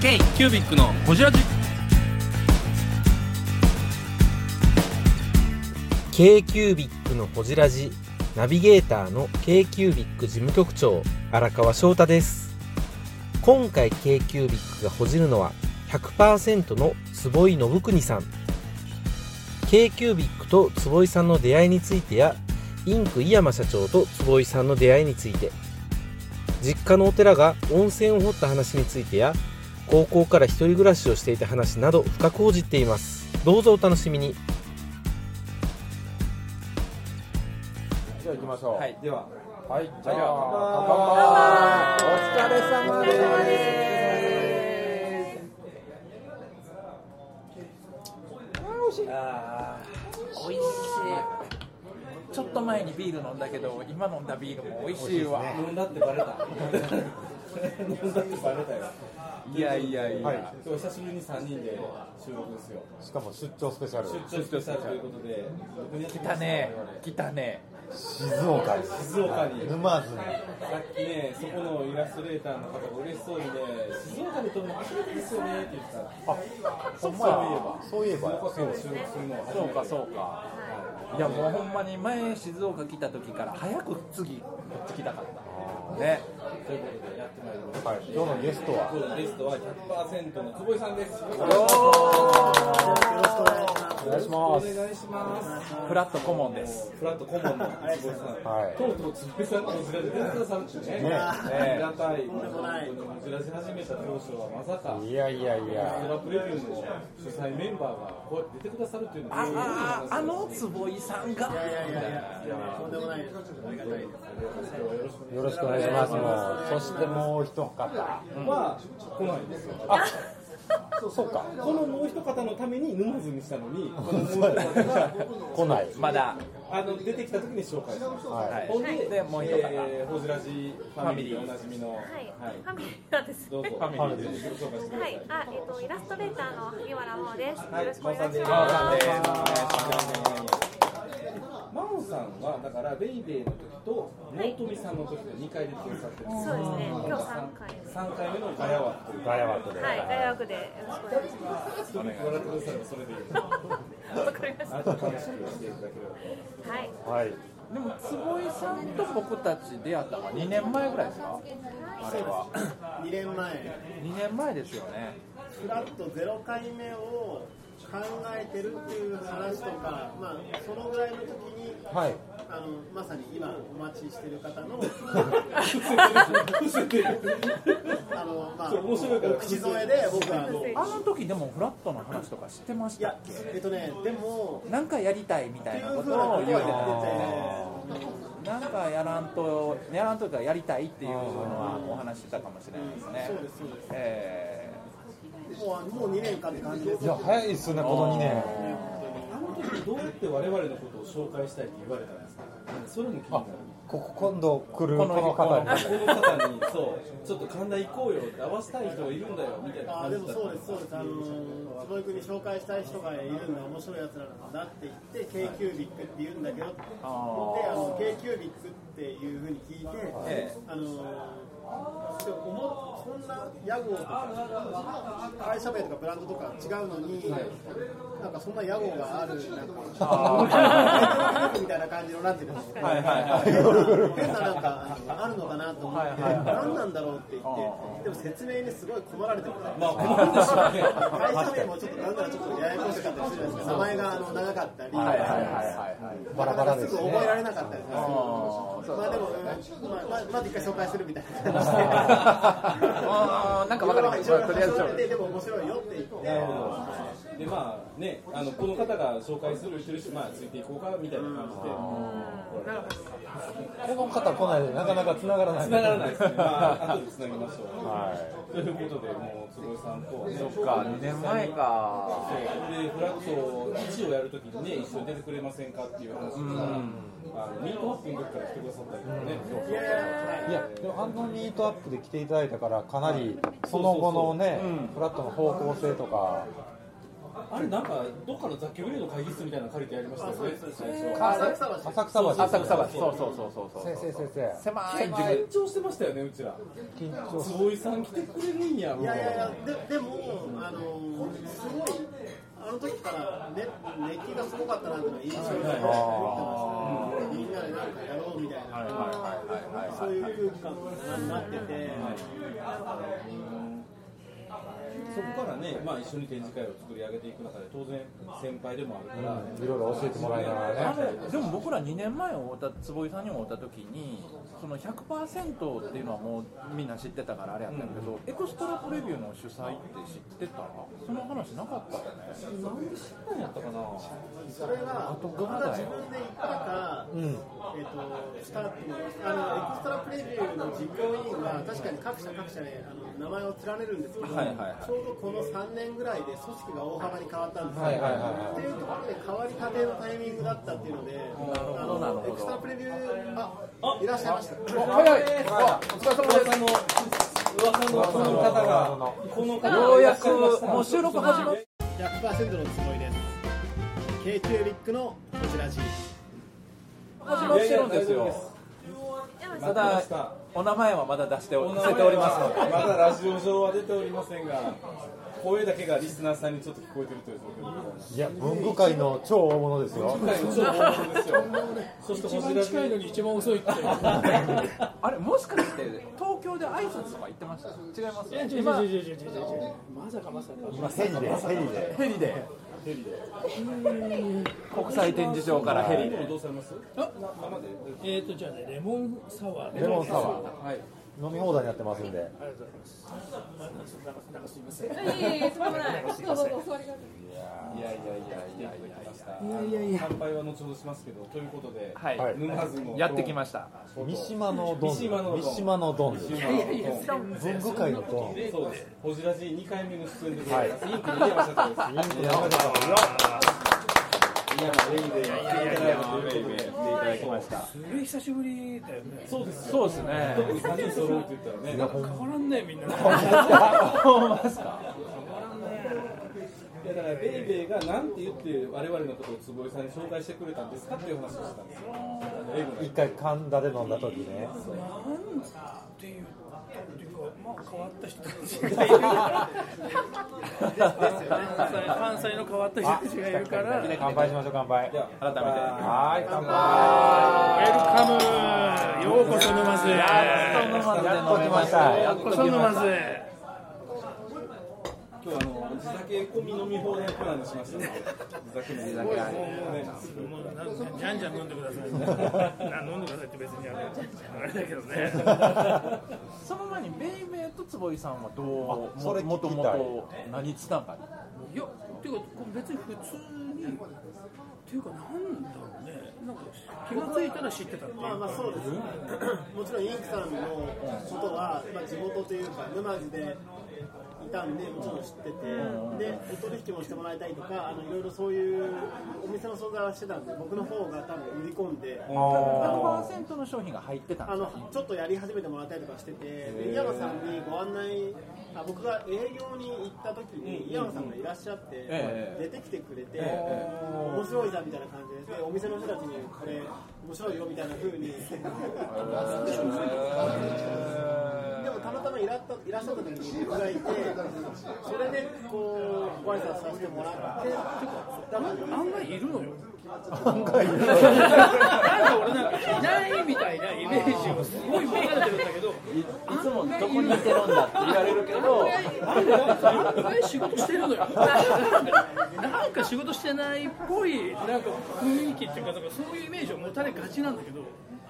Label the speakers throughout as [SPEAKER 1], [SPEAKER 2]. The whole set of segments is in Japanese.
[SPEAKER 1] K キュービックのホジラ ジ
[SPEAKER 2] k q u b i c のほじラジナビゲーターの k q u b i c 事務局長荒川翔太です今回 k q u b i c がほじるのは100%の坪井信国さん k q u b i c と坪井さんの出会いについてやインク井山社長と坪井さんの出会いについて実家のお寺が温泉を掘った話についてや高校から一人暮らしをしていた話など深く報じていますどうぞお楽しみに
[SPEAKER 3] じゃあ行きましょう。はい。
[SPEAKER 2] では
[SPEAKER 3] はい。じゃあ、
[SPEAKER 2] お疲れ様です。
[SPEAKER 4] 美味しいちょっと前にビール飲んだけど今飲んだビールも美味しいわ
[SPEAKER 2] 飲んだってバレた。飲んだってバレたよ。
[SPEAKER 4] いやいやい
[SPEAKER 3] 乾杯。
[SPEAKER 4] や
[SPEAKER 3] は
[SPEAKER 2] 今日久しぶりに三人で収録ですよ。
[SPEAKER 3] い。しかも出張スペシャル。
[SPEAKER 2] 出張したということで、どこにやって
[SPEAKER 4] 来
[SPEAKER 2] きま
[SPEAKER 4] た
[SPEAKER 2] した
[SPEAKER 4] ね
[SPEAKER 2] 我々
[SPEAKER 4] 来たね
[SPEAKER 3] 静岡に。
[SPEAKER 2] 静岡に
[SPEAKER 3] 沼津に。
[SPEAKER 2] さっきね、そこのイラストレーターの方が嬉しそうにね、静岡で撮るの初めてですよねって言ってた。
[SPEAKER 3] あ、ほんまや。そういえばや。
[SPEAKER 2] 静岡県で収録するのは初
[SPEAKER 4] そ
[SPEAKER 2] め
[SPEAKER 4] う
[SPEAKER 2] て。
[SPEAKER 4] かそうかいやもうほんまに前静岡来た時から早く次こっち来たかったね
[SPEAKER 2] ということでやってまいりました。
[SPEAKER 3] はい。今日のゲストは。
[SPEAKER 2] 今日のゲストは100%の坪井さんです。よろしくお
[SPEAKER 3] お願いします。
[SPEAKER 2] 願いします。
[SPEAKER 4] フラットコモンです
[SPEAKER 2] フラット顧問の坪井さん。と
[SPEAKER 3] は
[SPEAKER 2] うとうつぶさんとずらで出てくださるってね。
[SPEAKER 3] ね
[SPEAKER 2] ありがたい。ずらし始めた当初はまさか。
[SPEAKER 3] い。いやいやい
[SPEAKER 2] ス
[SPEAKER 3] や。
[SPEAKER 2] ラプレビューの主催メンバーがこうやって出てくださるっていうのは
[SPEAKER 4] ああああの坪井さんが
[SPEAKER 3] よろしくお願いします。もう、そしてもう一方。
[SPEAKER 2] まあ来ないんですよ。
[SPEAKER 3] そう、そうか。
[SPEAKER 2] このもう一方のために沼津にしたのに、このもう一
[SPEAKER 3] そうや
[SPEAKER 2] 方が
[SPEAKER 3] 来ない。
[SPEAKER 4] まだ
[SPEAKER 2] あの出てきた時に紹介しました。
[SPEAKER 3] は
[SPEAKER 4] ほんででもう一方
[SPEAKER 2] えーホジラジファミリーでおなじみの、
[SPEAKER 5] はい、ファミリーなんですね。
[SPEAKER 2] どうぞ。
[SPEAKER 5] は
[SPEAKER 2] ァミリーで紹介してください。
[SPEAKER 5] い、あ、えっ、とイラストレーターの萩原真央です。よろしくお
[SPEAKER 2] マオさ
[SPEAKER 5] 願
[SPEAKER 2] ん
[SPEAKER 5] い
[SPEAKER 2] で
[SPEAKER 5] し
[SPEAKER 2] す。
[SPEAKER 5] ます。
[SPEAKER 2] マオさんはだからベイベーの時と納富さんの時と二回で共演されてるんです
[SPEAKER 5] そう
[SPEAKER 2] よ。
[SPEAKER 5] ですね、今日三回です。
[SPEAKER 2] 三回目のガヤワッ
[SPEAKER 3] い。ガヤワットで。
[SPEAKER 5] はい、大学でよろしくお願いしま
[SPEAKER 2] ト。人に来られてくださればそれでいい。
[SPEAKER 5] す。わかりまし
[SPEAKER 2] あと楽しくしていただければ。
[SPEAKER 5] た。はい、
[SPEAKER 3] はい。
[SPEAKER 4] でも坪井さんと僕たち出会ったのは2年前ぐらいですかあれは
[SPEAKER 6] 2年前
[SPEAKER 4] 2年前ですよね
[SPEAKER 6] フラット0回目を考えてるっていう話とか、まあ、そのぐらいの時に
[SPEAKER 3] はい。
[SPEAKER 6] あのまさに今お待ちしてる方の あの、まあ、
[SPEAKER 2] 面白いから
[SPEAKER 6] 口添えで僕はあのい
[SPEAKER 4] あの時でもフラットの話とかしてましたっ
[SPEAKER 6] や
[SPEAKER 4] け
[SPEAKER 6] えっとねでも
[SPEAKER 4] なんかやりたいみた
[SPEAKER 6] って
[SPEAKER 4] い
[SPEAKER 6] い
[SPEAKER 4] な
[SPEAKER 6] う
[SPEAKER 4] こ
[SPEAKER 6] ふ
[SPEAKER 4] と
[SPEAKER 6] うな
[SPEAKER 4] を
[SPEAKER 6] 声
[SPEAKER 4] 言う
[SPEAKER 6] が出てて
[SPEAKER 4] なんかやらんとやらんというかやりたいっていうのはお話してたかもしれないですね
[SPEAKER 6] そうですそうです
[SPEAKER 4] え
[SPEAKER 6] もうもう2年かって感じです
[SPEAKER 3] いや、早いっすね、この2年。
[SPEAKER 2] あの時どうやって我々のことを紹介したいって言われたんですか。それも気にな
[SPEAKER 3] あ
[SPEAKER 2] る。、
[SPEAKER 3] ここ今度来るこ
[SPEAKER 4] この
[SPEAKER 3] の方に。
[SPEAKER 2] この方にそうちょっと神田行こうよって合わせたい人がいるんだよみたいな
[SPEAKER 6] あ
[SPEAKER 2] 感
[SPEAKER 6] で
[SPEAKER 2] じ
[SPEAKER 6] も
[SPEAKER 2] だった
[SPEAKER 6] そうですそうですあの坪井君に紹介したい人がいるんだ面白いやつらなんだって言って k キュービックって言うんだけどであの k キュービックっていうふうに聞いて、
[SPEAKER 4] え
[SPEAKER 6] あのでも思うそんな屋号とか会社名とかブランドとか違うのに、なんかそんな屋号があるなんかみたいな感じのなんていうか
[SPEAKER 4] えはいはい
[SPEAKER 6] 変ななんかあるのかなと思って、何なんだろうって言って、でも説明にすごい困られてるまあ困るでしょうね。会社名もちょっとなんならちょっとややこしかったりするんですけど、名前があの長かったり、
[SPEAKER 4] はいはいはいはい
[SPEAKER 3] バラバラです
[SPEAKER 6] すぐ
[SPEAKER 3] ね
[SPEAKER 6] 覚え。られなかったりするんですけど。
[SPEAKER 4] あーそう
[SPEAKER 6] まあでも、うんまあ、まあまず一回紹介するみたいな感じで。
[SPEAKER 4] あーなんかわかりましたとりあえず
[SPEAKER 6] 一応紹介してでも面白いよって言って、
[SPEAKER 2] でまあねあのこの方が紹介するしてる人まあついていこうかみたいな感じで
[SPEAKER 3] この方来ないで、なかなか繋がらない。
[SPEAKER 2] 繋がらないですねまあ後で繋ぎましょう、
[SPEAKER 3] は
[SPEAKER 2] ということでもう坪井さんとはね
[SPEAKER 4] そっか2年前か
[SPEAKER 2] そうでフラット1をやるときにね一緒に出てくれませんかっていう話とかあのミートアップの時から来てくださったりとかね、
[SPEAKER 3] い。いや、でもあのミートアップで来ていただいたから、かなり、その後のね、フラットの方向性とか、
[SPEAKER 1] あれなんかどっかの雑居ビルの会議室みたいなの借りてやりましたよね。
[SPEAKER 6] 浅草橋
[SPEAKER 2] 浅草橋ですね
[SPEAKER 4] 浅草橋そうそうそうそうそう
[SPEAKER 3] 先生先生
[SPEAKER 4] 狭い塾
[SPEAKER 1] 緊張してましたよねうちら。
[SPEAKER 3] 緊張す
[SPEAKER 1] 坪井さん来てくれるんやもう。
[SPEAKER 6] いやいやいや、ででも、あのーすごい、あの時から、ね、熱気がすごかったなっていうのは印象に残ってますね、みんなでなんかやろうみたいな、そういう空気感になってて、
[SPEAKER 1] そこからね、まあ一緒に展示会を作り上げていく中で当然先輩でもあるから、
[SPEAKER 3] るいろいろ教えてもらいながら
[SPEAKER 4] あ
[SPEAKER 3] ね
[SPEAKER 4] れでも僕ら2年前を会った坪井さんにも会った時にその100%っていうのはもうみんな知ってたからあれやったんやけど、エクストラプレビューの主催って知ってたその話なかったよね
[SPEAKER 1] なんで知ったんやったかな。
[SPEAKER 6] それが、
[SPEAKER 4] 後
[SPEAKER 6] 僕
[SPEAKER 4] から
[SPEAKER 6] が
[SPEAKER 4] だ
[SPEAKER 6] 自
[SPEAKER 4] よ
[SPEAKER 6] 分で行ったか、えっとしたっていうのはあのエクストラプレビューの実行委員は、確かに各社各社で、あの名前を連ねるんですけど、
[SPEAKER 4] はいはいはい
[SPEAKER 6] ちょうどこの3年ぐらいで組織が大幅に変わったんですよ。
[SPEAKER 3] はいはいは
[SPEAKER 6] っていうところで変わりたてのタイミングだったっていうので、あ
[SPEAKER 4] どなるほ
[SPEAKER 6] の
[SPEAKER 4] ど
[SPEAKER 6] エクストラプレビュー、あいらっしゃいました。
[SPEAKER 3] い早いあお疲れ様です
[SPEAKER 1] 噂の噂のこの方がこの方が
[SPEAKER 4] ようやくもう収録始まっ
[SPEAKER 6] 100%のつもりです。K キュービックのこちらじ。
[SPEAKER 4] 始まってるんですよただお名前はまだ出しておせておりますので
[SPEAKER 1] まだラジオ上は出ておりませんが声だけがリスナーさんにちょっと聞こえてるという状況でございます
[SPEAKER 3] いや文具界の超大物ですよ
[SPEAKER 1] 今回の情報ですよそして星田近いのに一番遅いって
[SPEAKER 4] あれもしかして東京で挨拶とか行ってました違います今
[SPEAKER 3] 今ヘリでヘリで
[SPEAKER 4] ヘリで国際展示場からヘリで
[SPEAKER 1] どうされます
[SPEAKER 7] えーとじゃあねレモンサワーで
[SPEAKER 3] レモンサワー
[SPEAKER 1] はい
[SPEAKER 3] 飲み放題になってますんで
[SPEAKER 5] いやいや、そんなことない。
[SPEAKER 1] いやいやいやいやいやいやいや乾杯は後ほどしますけどということで
[SPEAKER 4] はい、
[SPEAKER 3] はい
[SPEAKER 1] 沼津の
[SPEAKER 4] やってきました
[SPEAKER 3] 三島のどん
[SPEAKER 1] 三島のどん
[SPEAKER 3] 三島のどんです
[SPEAKER 1] いやいやいや
[SPEAKER 3] 文具界のどん
[SPEAKER 1] そうですホジラジ2回目の出演でございますインク入山社長ですいや、レイで、いやいやいや、レイで、いただきました。
[SPEAKER 7] すげえ久しぶりだよね
[SPEAKER 1] そうです。
[SPEAKER 4] そうですね
[SPEAKER 1] 特に三人揃うって言ったらね。いや、
[SPEAKER 7] 変わらんね みんな
[SPEAKER 1] だから、レイベイがなんて言って、我々のことを坪井さんに紹介してくれたんですかっていう話をしたんですよ。レイブの
[SPEAKER 3] 一回神田で飲んだ時ね
[SPEAKER 7] なんていうっていうかまあ変わった人たちがいるから関西関西の変わった人たちがいるからウェル
[SPEAKER 3] 乾杯しましょう乾杯
[SPEAKER 1] じゃあ、改
[SPEAKER 3] はい乾杯
[SPEAKER 7] カムようこそ沼津へ
[SPEAKER 3] やっと来ました
[SPEAKER 7] ようこそ沼津へ
[SPEAKER 1] めて、今日、あの、地酒込み飲み放題プランにしましたね。地酒飲み放題。ね
[SPEAKER 7] もうなんかじゃんじゃん飲んでくださいな飲んでくださいって別にあのあれだけどね
[SPEAKER 4] その前にベイベーと坪井さんはどうも
[SPEAKER 3] それ聞きたい
[SPEAKER 4] もともと何つながり
[SPEAKER 7] いや、ていうか、こう別に普通に、っていうか、なんだろうね、なんか気がついたら知ってたっていう
[SPEAKER 6] まあまあそうです、もちろんインクさんのことは、まあ、地元というか、沼津でいたんで、もちろん知ってて、で、お取引もしてもらいたいとか、あのいろいろそういうお店の相談はしてたんで、僕の方が多分売り込んで、
[SPEAKER 4] 100%の商品が入ってたんで
[SPEAKER 6] あのちょっとやり始めてもらったりとかしてて、で井山さんにご案内あ、僕が営業に行った時に、井山さんがいらっしゃって、
[SPEAKER 4] ええ
[SPEAKER 6] 出てきてくれて、面白いじゃんみたいな感じで、でお店の人たちに、これ、面白いよみたいな風に。でもたまたまいらっいらっしゃった時に僕がいて、それでこう、ご挨拶させてもらって、だから
[SPEAKER 7] 案外いるのよ。
[SPEAKER 3] 案外いる
[SPEAKER 7] なんか俺なんか、いないみたいなイメージをすごい持たれてるんだけど、
[SPEAKER 4] いつもどこにいてるんだって言われるけど
[SPEAKER 7] 案外仕事してるのよ。なんか仕事してないっぽい、なんか雰囲気っていうか、なんかそういうイメージを持たれがちなんだけど、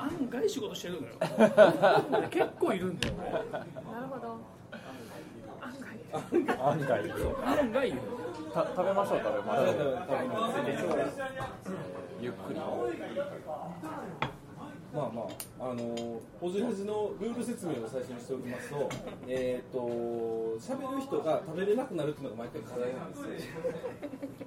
[SPEAKER 7] 案外仕事してるのよ。結構いるんだよ、
[SPEAKER 5] なるほど。案外。
[SPEAKER 3] 案外いる
[SPEAKER 7] 俺。案外いる。
[SPEAKER 4] た食べましょう食べましょう
[SPEAKER 1] ゆっくり。まあまあ、あのー、おじらじのルール説明を最初にしておきますと、えっ、ー、と、喋る人が食べれなくなるっていうのが毎回課題なんですよ。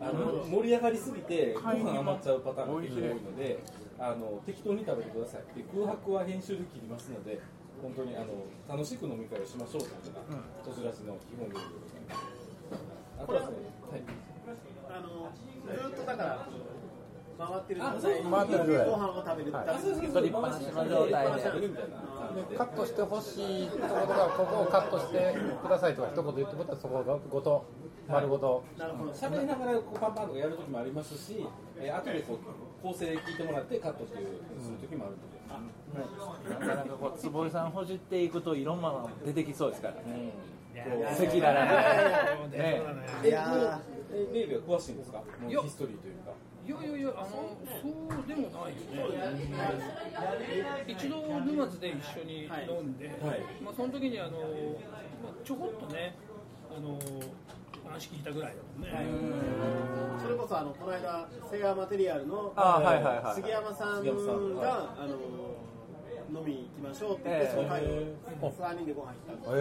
[SPEAKER 1] あの盛り上がりすぎて、ご飯余っちゃうパターンが結構多いので、あの適当に食べてください。で空白は編集で切りますので、本当にあの楽しく飲み会をしましょうというのが、おじらじの基本ルールでございます。あとはですね、はい。
[SPEAKER 6] ああのずっとだから回ってる状
[SPEAKER 3] 回ってる
[SPEAKER 6] 態
[SPEAKER 3] 状
[SPEAKER 6] で
[SPEAKER 3] 態
[SPEAKER 6] ご飯を食べる
[SPEAKER 3] は
[SPEAKER 1] 立派な島状態でみたいな
[SPEAKER 3] カットしてほしいところがここをカットしてくださいとか一言言ってもらったらそこがごと丸ごと
[SPEAKER 6] なるほど
[SPEAKER 1] 喋りながらこうパンパンとかやる時もありますし、えー、後でこう構成聞いてもらってカットっていうする時もあるので、
[SPEAKER 4] なかなかこう坪井さんほじっていくといろんなの出てきそうですからね。赤裸々にね。
[SPEAKER 6] いや
[SPEAKER 1] えー、レイビは詳しいんですかもう
[SPEAKER 7] いや
[SPEAKER 1] ヒストリーというか
[SPEAKER 7] いやいやいや、あの、そうでもないよね。一度沼津で一緒に飲んで、
[SPEAKER 1] はい
[SPEAKER 7] まあ、その時に、あの、まあ、ちょこっとね、あの。話聞いたぐらいだもんね。
[SPEAKER 6] ーそれこそあのこの間セガマテリアルの
[SPEAKER 4] あーはいはいはい
[SPEAKER 6] 杉山さん
[SPEAKER 1] 杉山さんはい
[SPEAKER 6] があの飲みに行きましょうって言って
[SPEAKER 4] ええ
[SPEAKER 6] その会を三人でご飯行ったんですよ
[SPEAKER 4] へ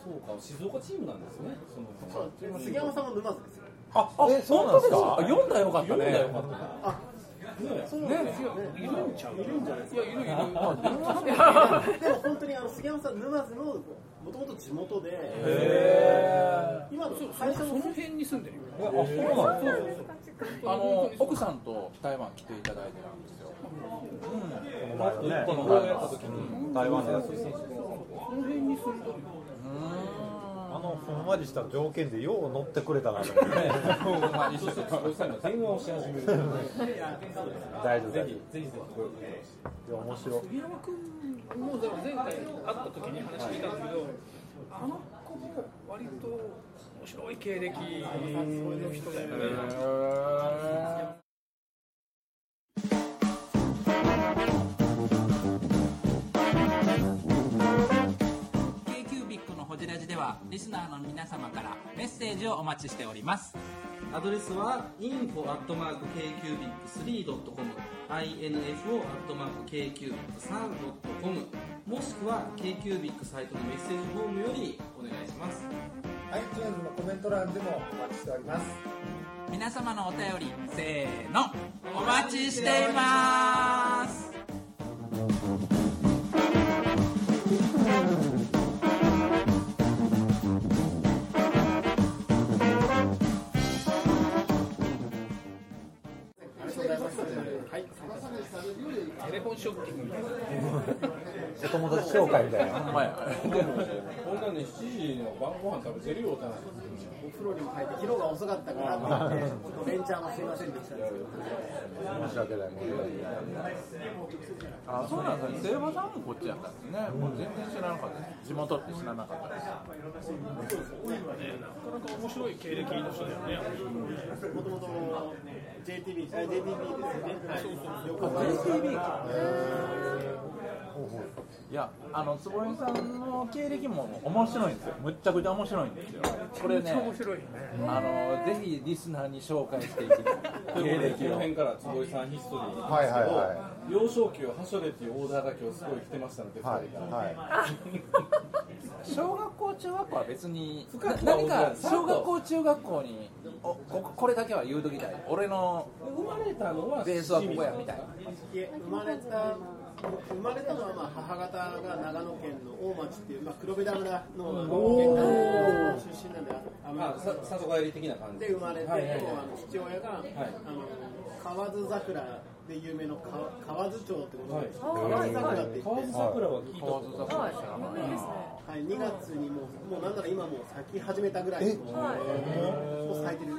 [SPEAKER 1] そうか静岡チームなんですねその
[SPEAKER 6] そうでも杉山さんも沼津です よ
[SPEAKER 4] ーあ、あ、
[SPEAKER 3] えそうなんですか
[SPEAKER 4] 本当で読んだらよかったね。
[SPEAKER 1] 読んだらよかった
[SPEAKER 6] そうなんですよね
[SPEAKER 7] いるんちゃう。いるんじゃないですか。いや、いる、いる。
[SPEAKER 6] でも本当にあの杉山さん沼津のもともと地元で今の会社
[SPEAKER 7] そ
[SPEAKER 6] の
[SPEAKER 7] の辺に住んでるよ。
[SPEAKER 4] あ、そうなんですか。あの
[SPEAKER 7] 奥
[SPEAKER 4] 奥さんと台湾来ていただいてるん ですよ。
[SPEAKER 1] ねこの前やった時に台湾でやった時
[SPEAKER 7] その辺に住んでるよ。
[SPEAKER 8] あのふんわりした条件でよう乗ってくれたなと思ってね
[SPEAKER 1] そして坪井さんが電話をし始める
[SPEAKER 8] 大丈夫大丈
[SPEAKER 1] ぜひぜひぜひこれを聞いて
[SPEAKER 8] 夫面白い
[SPEAKER 7] 杉山君もだから前回会った時に話聞いたんだけど、あの子も割と面白い経歴の人だよね。
[SPEAKER 9] K-Cubic のホジラジではリスナーの皆様からメッセージをお待ちしております
[SPEAKER 10] アドレスは info.kcubic3.com info.kcubic3.com もしくは KQBIC サイトのメッセージフォームよりお願いします
[SPEAKER 3] iTunes のコメント欄でもお待ちしております
[SPEAKER 9] 皆様のお便りせーのお待ちしています
[SPEAKER 7] テレフォンショッキングみたいな。
[SPEAKER 3] お友達紹介みたいな
[SPEAKER 4] ほんまや。
[SPEAKER 1] こんなね7時の晩ご飯食べてるよって話ですよ
[SPEAKER 6] お風呂にも入って昨日が遅かったからって言ってちょっとベンチャーもすいませんでしたんですけど
[SPEAKER 3] 申し訳ないもん
[SPEAKER 4] あ、そうなんですね。セイバさんもこっちやったんですね。もう全然知らなかったです。地元って知らなかったです。
[SPEAKER 7] なかなか面白い経歴の人だよね。
[SPEAKER 6] もともと JTB、あ JTB ですよね。そうそう。横浜
[SPEAKER 4] JCB か。いや、あの坪井さんの経歴も面白いんですよ。むっちゃくちゃ面白いんですよ。これね、
[SPEAKER 7] 面白いよね。
[SPEAKER 4] あのぜひリスナーに紹介していきたい。
[SPEAKER 1] ということでこの辺から坪井さんヒストリーなん
[SPEAKER 8] はい
[SPEAKER 1] ですけ
[SPEAKER 8] はい
[SPEAKER 1] ど、
[SPEAKER 8] は
[SPEAKER 1] 幼少期をはしょれっていうオーダーが今日すごい来てましたので、
[SPEAKER 8] いは
[SPEAKER 1] 二人が
[SPEAKER 8] いは
[SPEAKER 4] 小学校中学校は別に
[SPEAKER 1] 深くは
[SPEAKER 4] 何か
[SPEAKER 1] さっと
[SPEAKER 4] 小学校中学校におここれだけは言うときたい俺の
[SPEAKER 1] 生まれたのは
[SPEAKER 4] ベースはここやみたいな
[SPEAKER 6] 生まれた生まれたのはまあ母方が長野県の大町っていうまあ黒部ダムの出身なんで、あ
[SPEAKER 1] まあ、
[SPEAKER 6] の
[SPEAKER 1] さ里帰り的な感じ
[SPEAKER 6] で生まれて、
[SPEAKER 1] はいはいはい
[SPEAKER 6] あの父親が、あの河津桜で有名の河河津町ってことなんです。河津桜って言っ
[SPEAKER 1] 河
[SPEAKER 6] て
[SPEAKER 1] 津。桜は聞いたことない
[SPEAKER 5] はい、有名ですね。
[SPEAKER 6] はい、2月にもう、もうなんなら今もう咲き始めたぐらいの、もう咲いてる、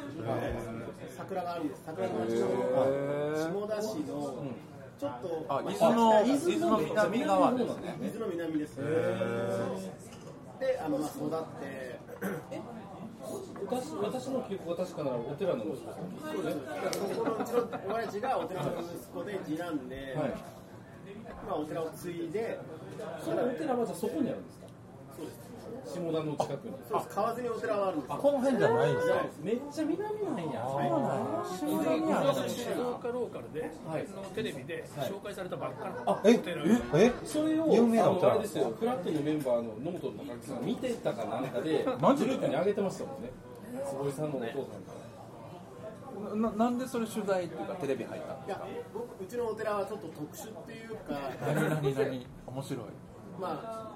[SPEAKER 6] 桜があるんです、桜の町の下田市の、ちょっと、
[SPEAKER 4] あ
[SPEAKER 6] ま
[SPEAKER 4] 伊豆の
[SPEAKER 6] 伊
[SPEAKER 4] 伊豆の南側ですね
[SPEAKER 6] 伊豆の南ですね、で、あのまあ、育って、
[SPEAKER 1] 私私の記憶が確かならお寺の息子さんですよね
[SPEAKER 6] だからそこのうちの親父がお寺の息子で、次男で、
[SPEAKER 1] はい
[SPEAKER 6] まあ、お寺を継いで、
[SPEAKER 1] そのお寺はじゃあそこにあるんですかそうです下田の近くに
[SPEAKER 6] そうです川津にお寺はあるんです
[SPEAKER 8] い
[SPEAKER 6] よ、
[SPEAKER 8] この辺じゃないんですか
[SPEAKER 1] めっちゃ南なんや
[SPEAKER 7] 以前この間静岡ローカルで、のテレビで紹介されたばっかり。あ、
[SPEAKER 8] ええ
[SPEAKER 1] それを
[SPEAKER 8] 有名な
[SPEAKER 1] あ
[SPEAKER 8] お
[SPEAKER 1] の
[SPEAKER 8] 寺
[SPEAKER 1] あれですよフラットのメンバーの野本の高木さんが見てたかなんかで
[SPEAKER 4] マジで
[SPEAKER 1] グループに上げてましたもんね坪井さんのお父さんが
[SPEAKER 4] ななんでそれ取材っていうかテレビ入ったの
[SPEAKER 6] いや僕うちのお寺はちょっと特殊っていうか。
[SPEAKER 4] 何何何面白い
[SPEAKER 6] まあ、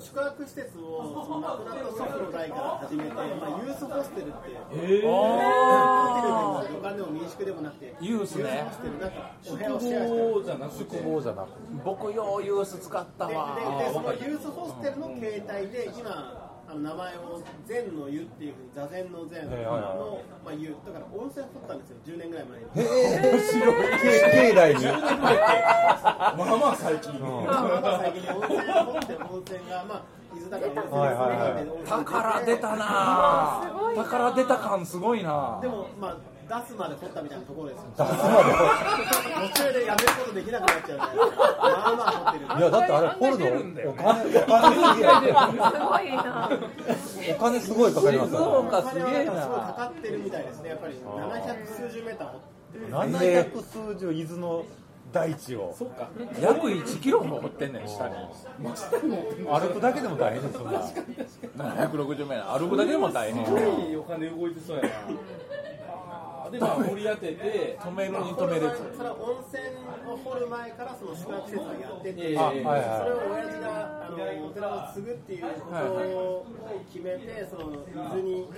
[SPEAKER 6] 宿泊施設をその亡くなった祖父の代から始めて、まあ、ユースホステルって、
[SPEAKER 4] へーあー
[SPEAKER 6] ホテルでも旅館でも民宿でもなくて、
[SPEAKER 4] ユースね
[SPEAKER 6] ホステルなんかお部屋をシェアしてる。
[SPEAKER 4] じゃなくて宿坊じゃなくて僕ようユース使った
[SPEAKER 6] でで
[SPEAKER 4] わ
[SPEAKER 6] でそのユースホステルの携帯で今あの名前を禅の湯っていうふうに座禅の禅の、
[SPEAKER 8] はいはいは
[SPEAKER 6] まあ、湯だから温泉掘ったんですよ10年ぐらい前に
[SPEAKER 8] えー面白いけ境内に
[SPEAKER 6] 10年ぐらい
[SPEAKER 8] まあまあ最近
[SPEAKER 6] まあまあ最近温泉掘って温泉がまあ伊豆だから温泉ですね
[SPEAKER 4] 宝出たなぁ宝出た感すごいな
[SPEAKER 6] でも、まあ、出すまで掘ったみたいなところですよ。
[SPEAKER 8] 出すまで
[SPEAKER 6] 途中でやめることできなくなっちゃうから。まあまあ掘ってる。
[SPEAKER 8] いやだってあれ掘るのお金お金すげえ
[SPEAKER 5] ごいな。
[SPEAKER 8] お金すごいかかりますよね
[SPEAKER 6] すげえな。すごいかかってるみたいですね。やっぱり700数十メーター掘って。
[SPEAKER 8] 700数十伊豆の大地を
[SPEAKER 4] 約1キロも掘ってんねん下に
[SPEAKER 8] 歩くだけでも大変ですよね
[SPEAKER 4] 760メートル歩くだけでも大変
[SPEAKER 1] すごいお金動いてそうやな。で、まあ、盛り当てて、
[SPEAKER 4] 止めるに止めるやつ
[SPEAKER 6] それは温泉を掘る前からその宿泊施設をやってて、
[SPEAKER 1] ええ
[SPEAKER 6] それを
[SPEAKER 1] はい
[SPEAKER 8] はい
[SPEAKER 6] 親父があのお寺を継ぐっていうことを決めて、その伊豆に、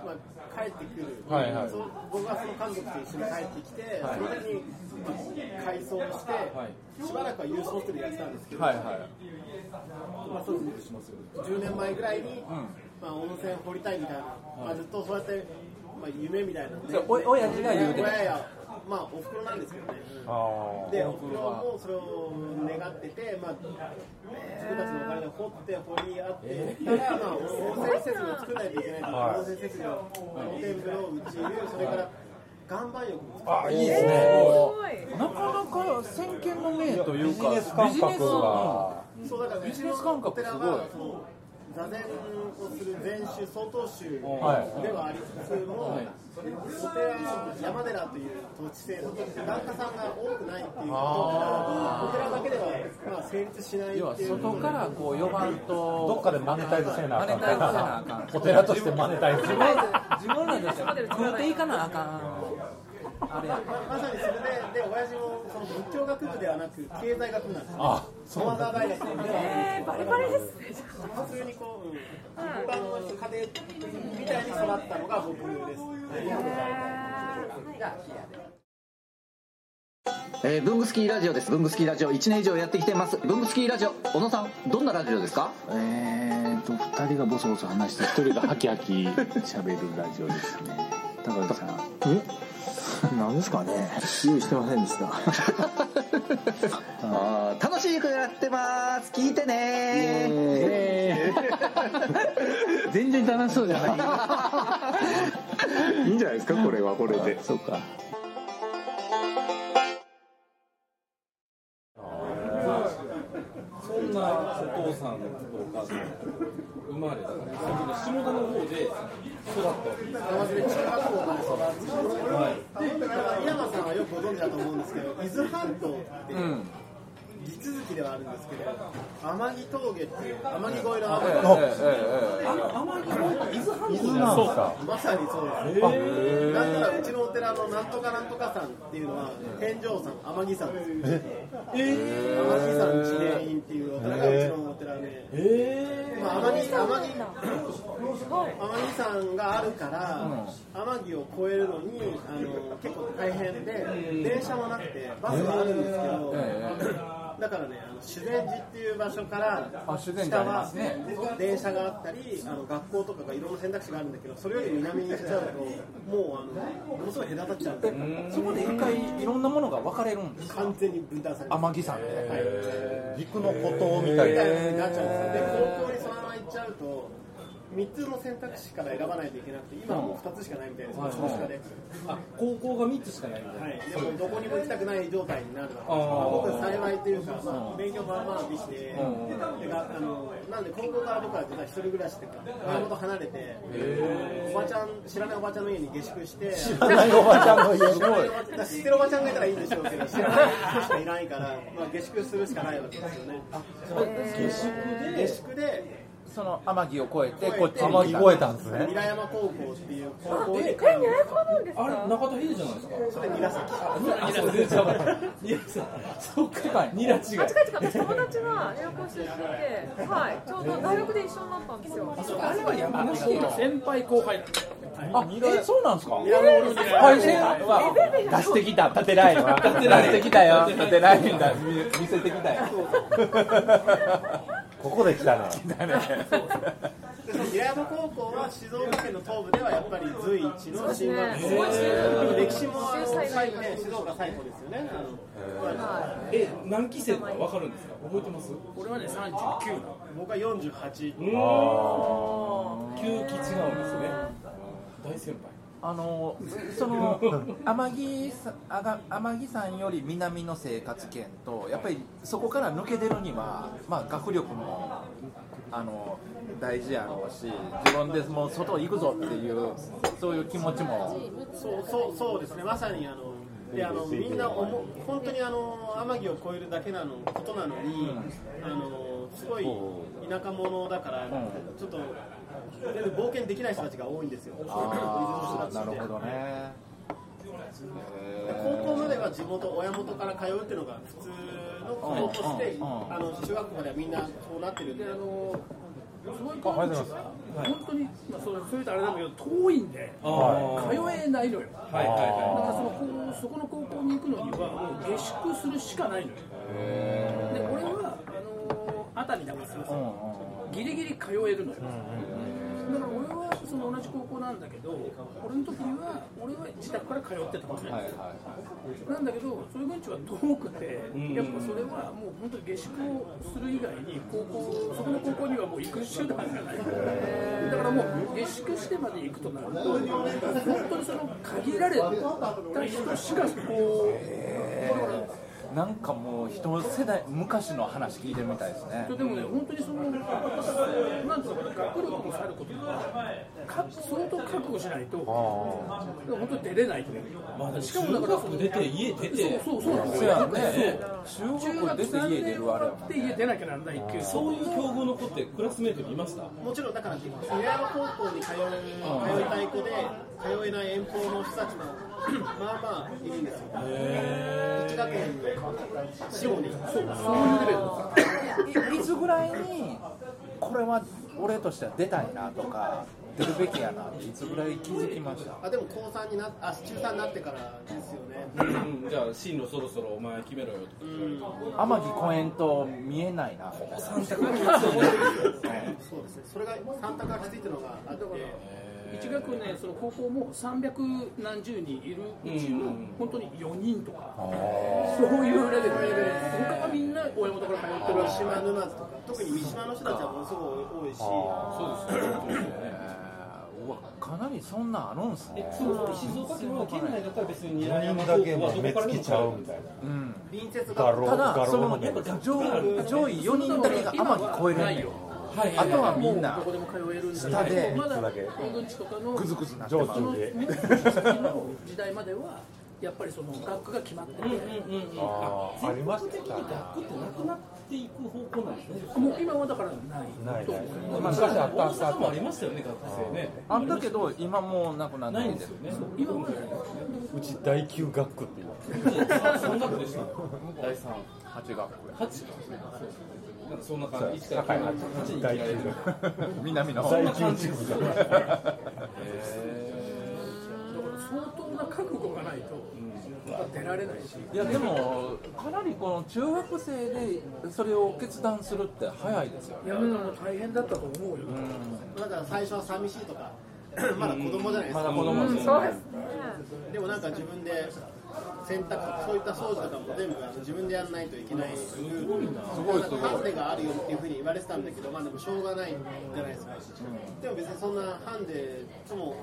[SPEAKER 6] まあ、帰ってくる、
[SPEAKER 8] はいはい
[SPEAKER 6] その僕はその家族と一緒に帰ってきて、
[SPEAKER 4] はい
[SPEAKER 6] その時に、まあ、改装して、しばらくは郵送してるやってたんですけど、
[SPEAKER 4] はいはい
[SPEAKER 6] まあ、そうです10年前ぐらいに、まあ、温泉掘りたいみたいな、まあ、ずっとそうやって、まあ、夢みたいなのね
[SPEAKER 4] そうお親父が言うてた
[SPEAKER 6] 親やまあおふくろなんですけどね、うん
[SPEAKER 8] あ
[SPEAKER 6] で、おふくろもそれを願ってて、まあ、自分たちのお金で掘って掘り合って、ただ、まあ、温泉施設を作らないといけないから、
[SPEAKER 8] はい
[SPEAKER 6] 温泉施設を、露天風呂、内湯、それから岩盤浴も作
[SPEAKER 8] あいいですね
[SPEAKER 5] す
[SPEAKER 4] なかなか先見の明という
[SPEAKER 8] ビ
[SPEAKER 4] か
[SPEAKER 8] ジネス感覚が
[SPEAKER 6] って、そうだから、うちのお寺は、その座禅をする禅宗、曹洞宗ではありつつも、お寺、山寺という土地制度、檀家さんが多くないっていうことから、お寺だけでは、まあ、成立しないっていう
[SPEAKER 4] 要は外からこう呼ばんと
[SPEAKER 8] どっかでマネタイズせなあかん
[SPEAKER 4] マネタイズせなあかん
[SPEAKER 8] お寺としてマネタイズ
[SPEAKER 4] 自分ら自分らで食うていかなあかんあれや
[SPEAKER 6] ままさにそれで、で親父もその仏教学部ではなく、経済学部なんですよ、
[SPEAKER 8] あそうな
[SPEAKER 6] 駒
[SPEAKER 8] んだ
[SPEAKER 6] 沢大学の
[SPEAKER 5] えー、バレバレですね。
[SPEAKER 6] 普通にこう、うん、一般の人、家庭みたいに育ったのが僕です。
[SPEAKER 11] えー、ブングスキーラジオですブングスキーラジオ1年以上やってきてますブングスキーラジオ小野さんどんなラジオですかえーと2人がボソボソ話して1人がハキハキ喋るラジオですね高橋さんえなんですかね用意してませんでした あー楽しい曲やってます聞いてね全然楽しそうじゃないいいんじゃないですかこれはこれでそうか
[SPEAKER 1] そんなお父さんとお母さん、生まれたから、その下田の方で育ったわけです。
[SPEAKER 6] まずね中学校から育つで、だから稲葉さんはよくご存知だと思うんですけど、伊豆半島って、地続きではあるんですけど、天城峠っていう、天城越えの天城
[SPEAKER 1] あの天城越えって伊豆半
[SPEAKER 8] 伊
[SPEAKER 1] 島
[SPEAKER 8] 豆なんですか
[SPEAKER 6] まさにそうです。
[SPEAKER 8] あ
[SPEAKER 6] なんならうちのお寺のなんとかなんとかさんっていうのは天井さん天城さんですよ天城さん知念院っていうお寺がうちのお寺で、まあ、天城天城天城さんがあるから天城を越えるのにあの結構大変で電車もなくてバスはあるんですけど、だからね、あの修善寺っていう場所から
[SPEAKER 4] あ修善寺
[SPEAKER 6] 下
[SPEAKER 4] ありま
[SPEAKER 6] は
[SPEAKER 4] すね
[SPEAKER 6] 電車があったり、あの学校とかがいろんな選択肢があるんだけど、それより南に行っちゃうと、もうあのものすごい隔たっちゃうんで、
[SPEAKER 4] そこで一回いろんなものが分かれるんです
[SPEAKER 6] 完全に分断されて
[SPEAKER 4] 天城山で
[SPEAKER 8] 陸の孤島みたい
[SPEAKER 6] み
[SPEAKER 8] な
[SPEAKER 6] たいな風になっちゃうんですよ。で、高校にそのまま行っちゃうと、3つの選択肢から選ばないといけなくて、今はもう2つしかないみたいです、少子化で。
[SPEAKER 1] あ高校が3つしかないみたいな。
[SPEAKER 6] はい、でもどこにも行きたくない状態になるわけです、僕は幸いというか、まあ、勉強もまあまあできて、でがあのなんで高校から僕は実は一人暮らしというか、親元離れて、おばちゃん、知らないおばちゃんの家に下宿して、知ら
[SPEAKER 8] ないおばちゃんの家
[SPEAKER 6] 知らないおばちゃ ん知ってるおばちゃんがいたらいいんでしょうけど、知らない人しかいないから、まあ、下宿するしかないわけですよね。
[SPEAKER 1] 下宿で
[SPEAKER 6] 下宿で
[SPEAKER 4] その天城を越えてこっちに
[SPEAKER 8] 天城越えたんですね
[SPEAKER 6] 韮山高校っていう高
[SPEAKER 5] え
[SPEAKER 6] 校に、
[SPEAKER 5] え、予約なんですか。
[SPEAKER 1] あれ、中田秀じゃないですか。
[SPEAKER 6] それ韮崎
[SPEAKER 1] あ、そう、全然わかんない。ニラさん。そうか、ニラ違い。
[SPEAKER 5] あ、近い近い、私友達がエアコン出身で、はい、ちょうど大学で一緒になったんですよ。
[SPEAKER 4] あれは山梨県の
[SPEAKER 7] 先輩後輩なんですよ
[SPEAKER 4] あえそうなんですか
[SPEAKER 6] 韮山俺も韮山
[SPEAKER 4] 配信は出してきた立てないわ出してきたよ立てないんだ見見せてきたよ
[SPEAKER 8] ここで来たね
[SPEAKER 4] だね
[SPEAKER 6] でその韮山高校は静岡県の東部ではやっぱり随一の進学校
[SPEAKER 5] そうですね
[SPEAKER 6] 多分歴史もあの
[SPEAKER 5] 秀才がい
[SPEAKER 6] ね静岡最高ですよねあの
[SPEAKER 5] は
[SPEAKER 1] え、何期生とかわかるんですか。覚えてます。
[SPEAKER 7] 俺はね39なの
[SPEAKER 6] 僕は48
[SPEAKER 1] うーん。9期違うんですね。大先輩。
[SPEAKER 4] あのその天城さあが天城山より南の生活圏とやっぱりそこから抜け出るには、まあ、学力もあの大事やろうし自分でもう外行くぞっていうそういう気持ちも
[SPEAKER 6] そうそうそうですねまさにあのであのみんなおも本当にあの天城を越えるだけなのことなのに、あのすごい田舎者だから、
[SPEAKER 4] ん
[SPEAKER 6] ちょっと全然冒険できない人たちが多いんですよ。
[SPEAKER 4] ああ
[SPEAKER 6] 伊
[SPEAKER 4] な
[SPEAKER 6] 豆の人たちって
[SPEAKER 4] るほどね
[SPEAKER 6] 高校までは地元親元から通うっていうのが普通の高校として、
[SPEAKER 4] うんうん
[SPEAKER 6] あの中学校まではみんなそうなってるんで。
[SPEAKER 7] であのすごい
[SPEAKER 8] ありがとうござい
[SPEAKER 7] 本当に、まあ、そうそういうとあれなんだけど遠いんで
[SPEAKER 1] ああ
[SPEAKER 7] 通えないのよだ
[SPEAKER 1] はいはいはい。
[SPEAKER 7] からその高そこの高校に行くのにはもう下宿するしかないのよで俺はあの熱海だから
[SPEAKER 4] うんうん
[SPEAKER 7] ギリギリ通えるのよ、だから俺はその同じ高校なんだけど俺の時には俺は自宅から通ってたのね、
[SPEAKER 4] はいはいはい
[SPEAKER 7] なんだけどそういう軍地は遠くて
[SPEAKER 1] ん
[SPEAKER 7] やっぱそれはもう本当に下宿をする以外に高校そこの高校にはもう行く手段がないだからもう下宿してまで行くとなると本当にその限られた人しかこうだから
[SPEAKER 4] なんかもう一世代昔の話聞いてるみたいですね
[SPEAKER 7] でもね、本当にその、なんていうのかな、学力もさることながら、か相当覚悟しないと、でも本当に出れないと思う、
[SPEAKER 1] まあ、
[SPEAKER 7] しかもだからその
[SPEAKER 1] 出て、家出て。
[SPEAKER 7] そうそうそうなんで
[SPEAKER 4] そ
[SPEAKER 7] す
[SPEAKER 4] うや
[SPEAKER 7] よ、
[SPEAKER 4] んね中学校
[SPEAKER 7] 中
[SPEAKER 4] 出
[SPEAKER 7] 学
[SPEAKER 4] て家
[SPEAKER 7] 3
[SPEAKER 4] 出
[SPEAKER 7] 年
[SPEAKER 4] るあれやもん
[SPEAKER 7] 終わって家出なきゃなんないっていう、
[SPEAKER 1] そ
[SPEAKER 7] そうう
[SPEAKER 1] い
[SPEAKER 7] いうう、
[SPEAKER 1] 競合の子ってクラスメートにいました
[SPEAKER 6] もちろんだから平山高校に通う通いたい子で通えない遠方の人たちもまあまあいるんですよ。一学年で四五人。
[SPEAKER 4] いいつぐらいにこれは俺としては出たいなとか出るべきやなっていつぐらい気づきました
[SPEAKER 6] あでも高三になっあ中三になってからですよね。
[SPEAKER 1] うん、じゃあ進路そろそろお前決めろよとか
[SPEAKER 6] うん
[SPEAKER 4] 天城公園と見えないなみたいな
[SPEAKER 1] 三択が決まってる
[SPEAKER 6] そうですね。それが三択がきついっていうのがあって。
[SPEAKER 7] 1学年、その高校も300何十人いるうちの、本当に4人とか、そういうレベルで、他はみんな親元から通ってるら
[SPEAKER 6] 三
[SPEAKER 7] しい。
[SPEAKER 6] 島沼津とか特に三島の人たちはものすごく多いし
[SPEAKER 1] そうですよ本当にね
[SPEAKER 4] うわかなりそんなんあるんすね
[SPEAKER 1] えそうそう静岡県の県内だったら別に韮
[SPEAKER 8] 4
[SPEAKER 1] 山
[SPEAKER 8] 人
[SPEAKER 1] 高
[SPEAKER 8] だけの
[SPEAKER 1] 校はどこ
[SPEAKER 8] 目
[SPEAKER 1] から
[SPEAKER 8] つ
[SPEAKER 1] で
[SPEAKER 8] き
[SPEAKER 1] も
[SPEAKER 8] ちゃうみたいな
[SPEAKER 4] うん
[SPEAKER 6] 隣接
[SPEAKER 8] だ
[SPEAKER 6] が
[SPEAKER 8] ろう
[SPEAKER 4] ただ
[SPEAKER 8] だ
[SPEAKER 4] そ
[SPEAKER 8] ろうの
[SPEAKER 4] の
[SPEAKER 8] 目
[SPEAKER 4] やっ
[SPEAKER 8] が
[SPEAKER 4] ぱ上上位4人だけが天城超えれんねん
[SPEAKER 1] はい
[SPEAKER 4] あとはみん
[SPEAKER 7] ど
[SPEAKER 4] な
[SPEAKER 7] こでも通えるんだ
[SPEAKER 4] 下
[SPEAKER 7] け
[SPEAKER 4] で
[SPEAKER 7] ど、まだ
[SPEAKER 8] だけ
[SPEAKER 7] 大軍地とかの
[SPEAKER 4] グズグズなって
[SPEAKER 8] 上
[SPEAKER 4] ま
[SPEAKER 7] その
[SPEAKER 8] 中
[SPEAKER 7] もう
[SPEAKER 8] で
[SPEAKER 7] の時代まではやっぱりその学区が決まってて、
[SPEAKER 8] あーありましたね
[SPEAKER 1] 学校ってなくなっていく方向なんですね
[SPEAKER 7] もう今はだからない
[SPEAKER 8] ない
[SPEAKER 7] と
[SPEAKER 8] ない
[SPEAKER 7] 思い
[SPEAKER 1] 大
[SPEAKER 7] ます。
[SPEAKER 1] 阪さんも大阪もありましたよね学生ね
[SPEAKER 4] あんだけど今もうなくなって
[SPEAKER 1] ない
[SPEAKER 4] る
[SPEAKER 1] んですよね
[SPEAKER 7] 今は
[SPEAKER 8] うち第9学区って言われて
[SPEAKER 1] 三学でした第三
[SPEAKER 4] 8学校
[SPEAKER 1] 八なんかそんな感じ一から
[SPEAKER 8] 高いな
[SPEAKER 1] 八に切ら
[SPEAKER 8] 第
[SPEAKER 1] れて る
[SPEAKER 8] 9学 区
[SPEAKER 4] 南の
[SPEAKER 8] 第9地区だ
[SPEAKER 7] だから相当な覚悟がないと、やっぱ出られないし。
[SPEAKER 4] いやでもかなりこの中学生でそれを決断するって早いですよね
[SPEAKER 7] いやだから大変だったと思うよ。
[SPEAKER 6] だから最初は寂しい とかまだ子供じゃないですか。
[SPEAKER 4] 子供です
[SPEAKER 5] そうですね。
[SPEAKER 6] でもなんか自分で洗濯とかそういった掃除とかも全部あの自分でやらないといけないすごいなすごいすごいハンデがあるよっていうふうに言われてたんだけどまあでもしょうがないじゃないですか、でも別にそんなハンデとも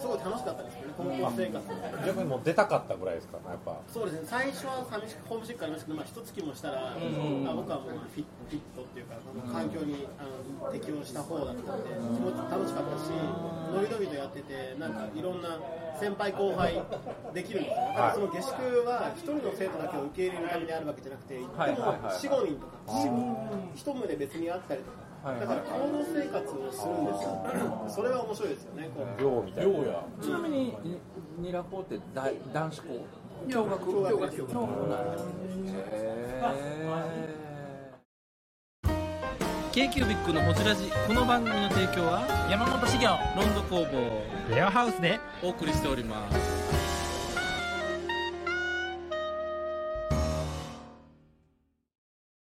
[SPEAKER 6] すごい楽しかったですよね高校生活も、
[SPEAKER 8] 逆にもう出たかったぐらいですかねやっぱ
[SPEAKER 6] そうですね最初は寂しくホームシックありましたけどまあ一月もしたら、あ僕はもうフィッフィットっていうかあの環境にあの適応した方だったんで気持ち楽しかったしのびのびとやっててなんかいろんな先輩後輩できるんですよだからその下宿は一人の生徒だけを受け入れるためにあるわけじゃなくて行っても
[SPEAKER 4] はいはいはい
[SPEAKER 6] 45人とか一棟別にあったりとかだから行動生活をするんですよ。 それは面白いですよね。こう
[SPEAKER 4] 寮みたいなちなみににニラ校ってだ男子校共学
[SPEAKER 6] 共学
[SPEAKER 4] の方なんだへえ
[SPEAKER 1] k q b i c のホジラジこの番組の提供は山本資源ロンド工房
[SPEAKER 12] レアハウスで
[SPEAKER 1] お送りしております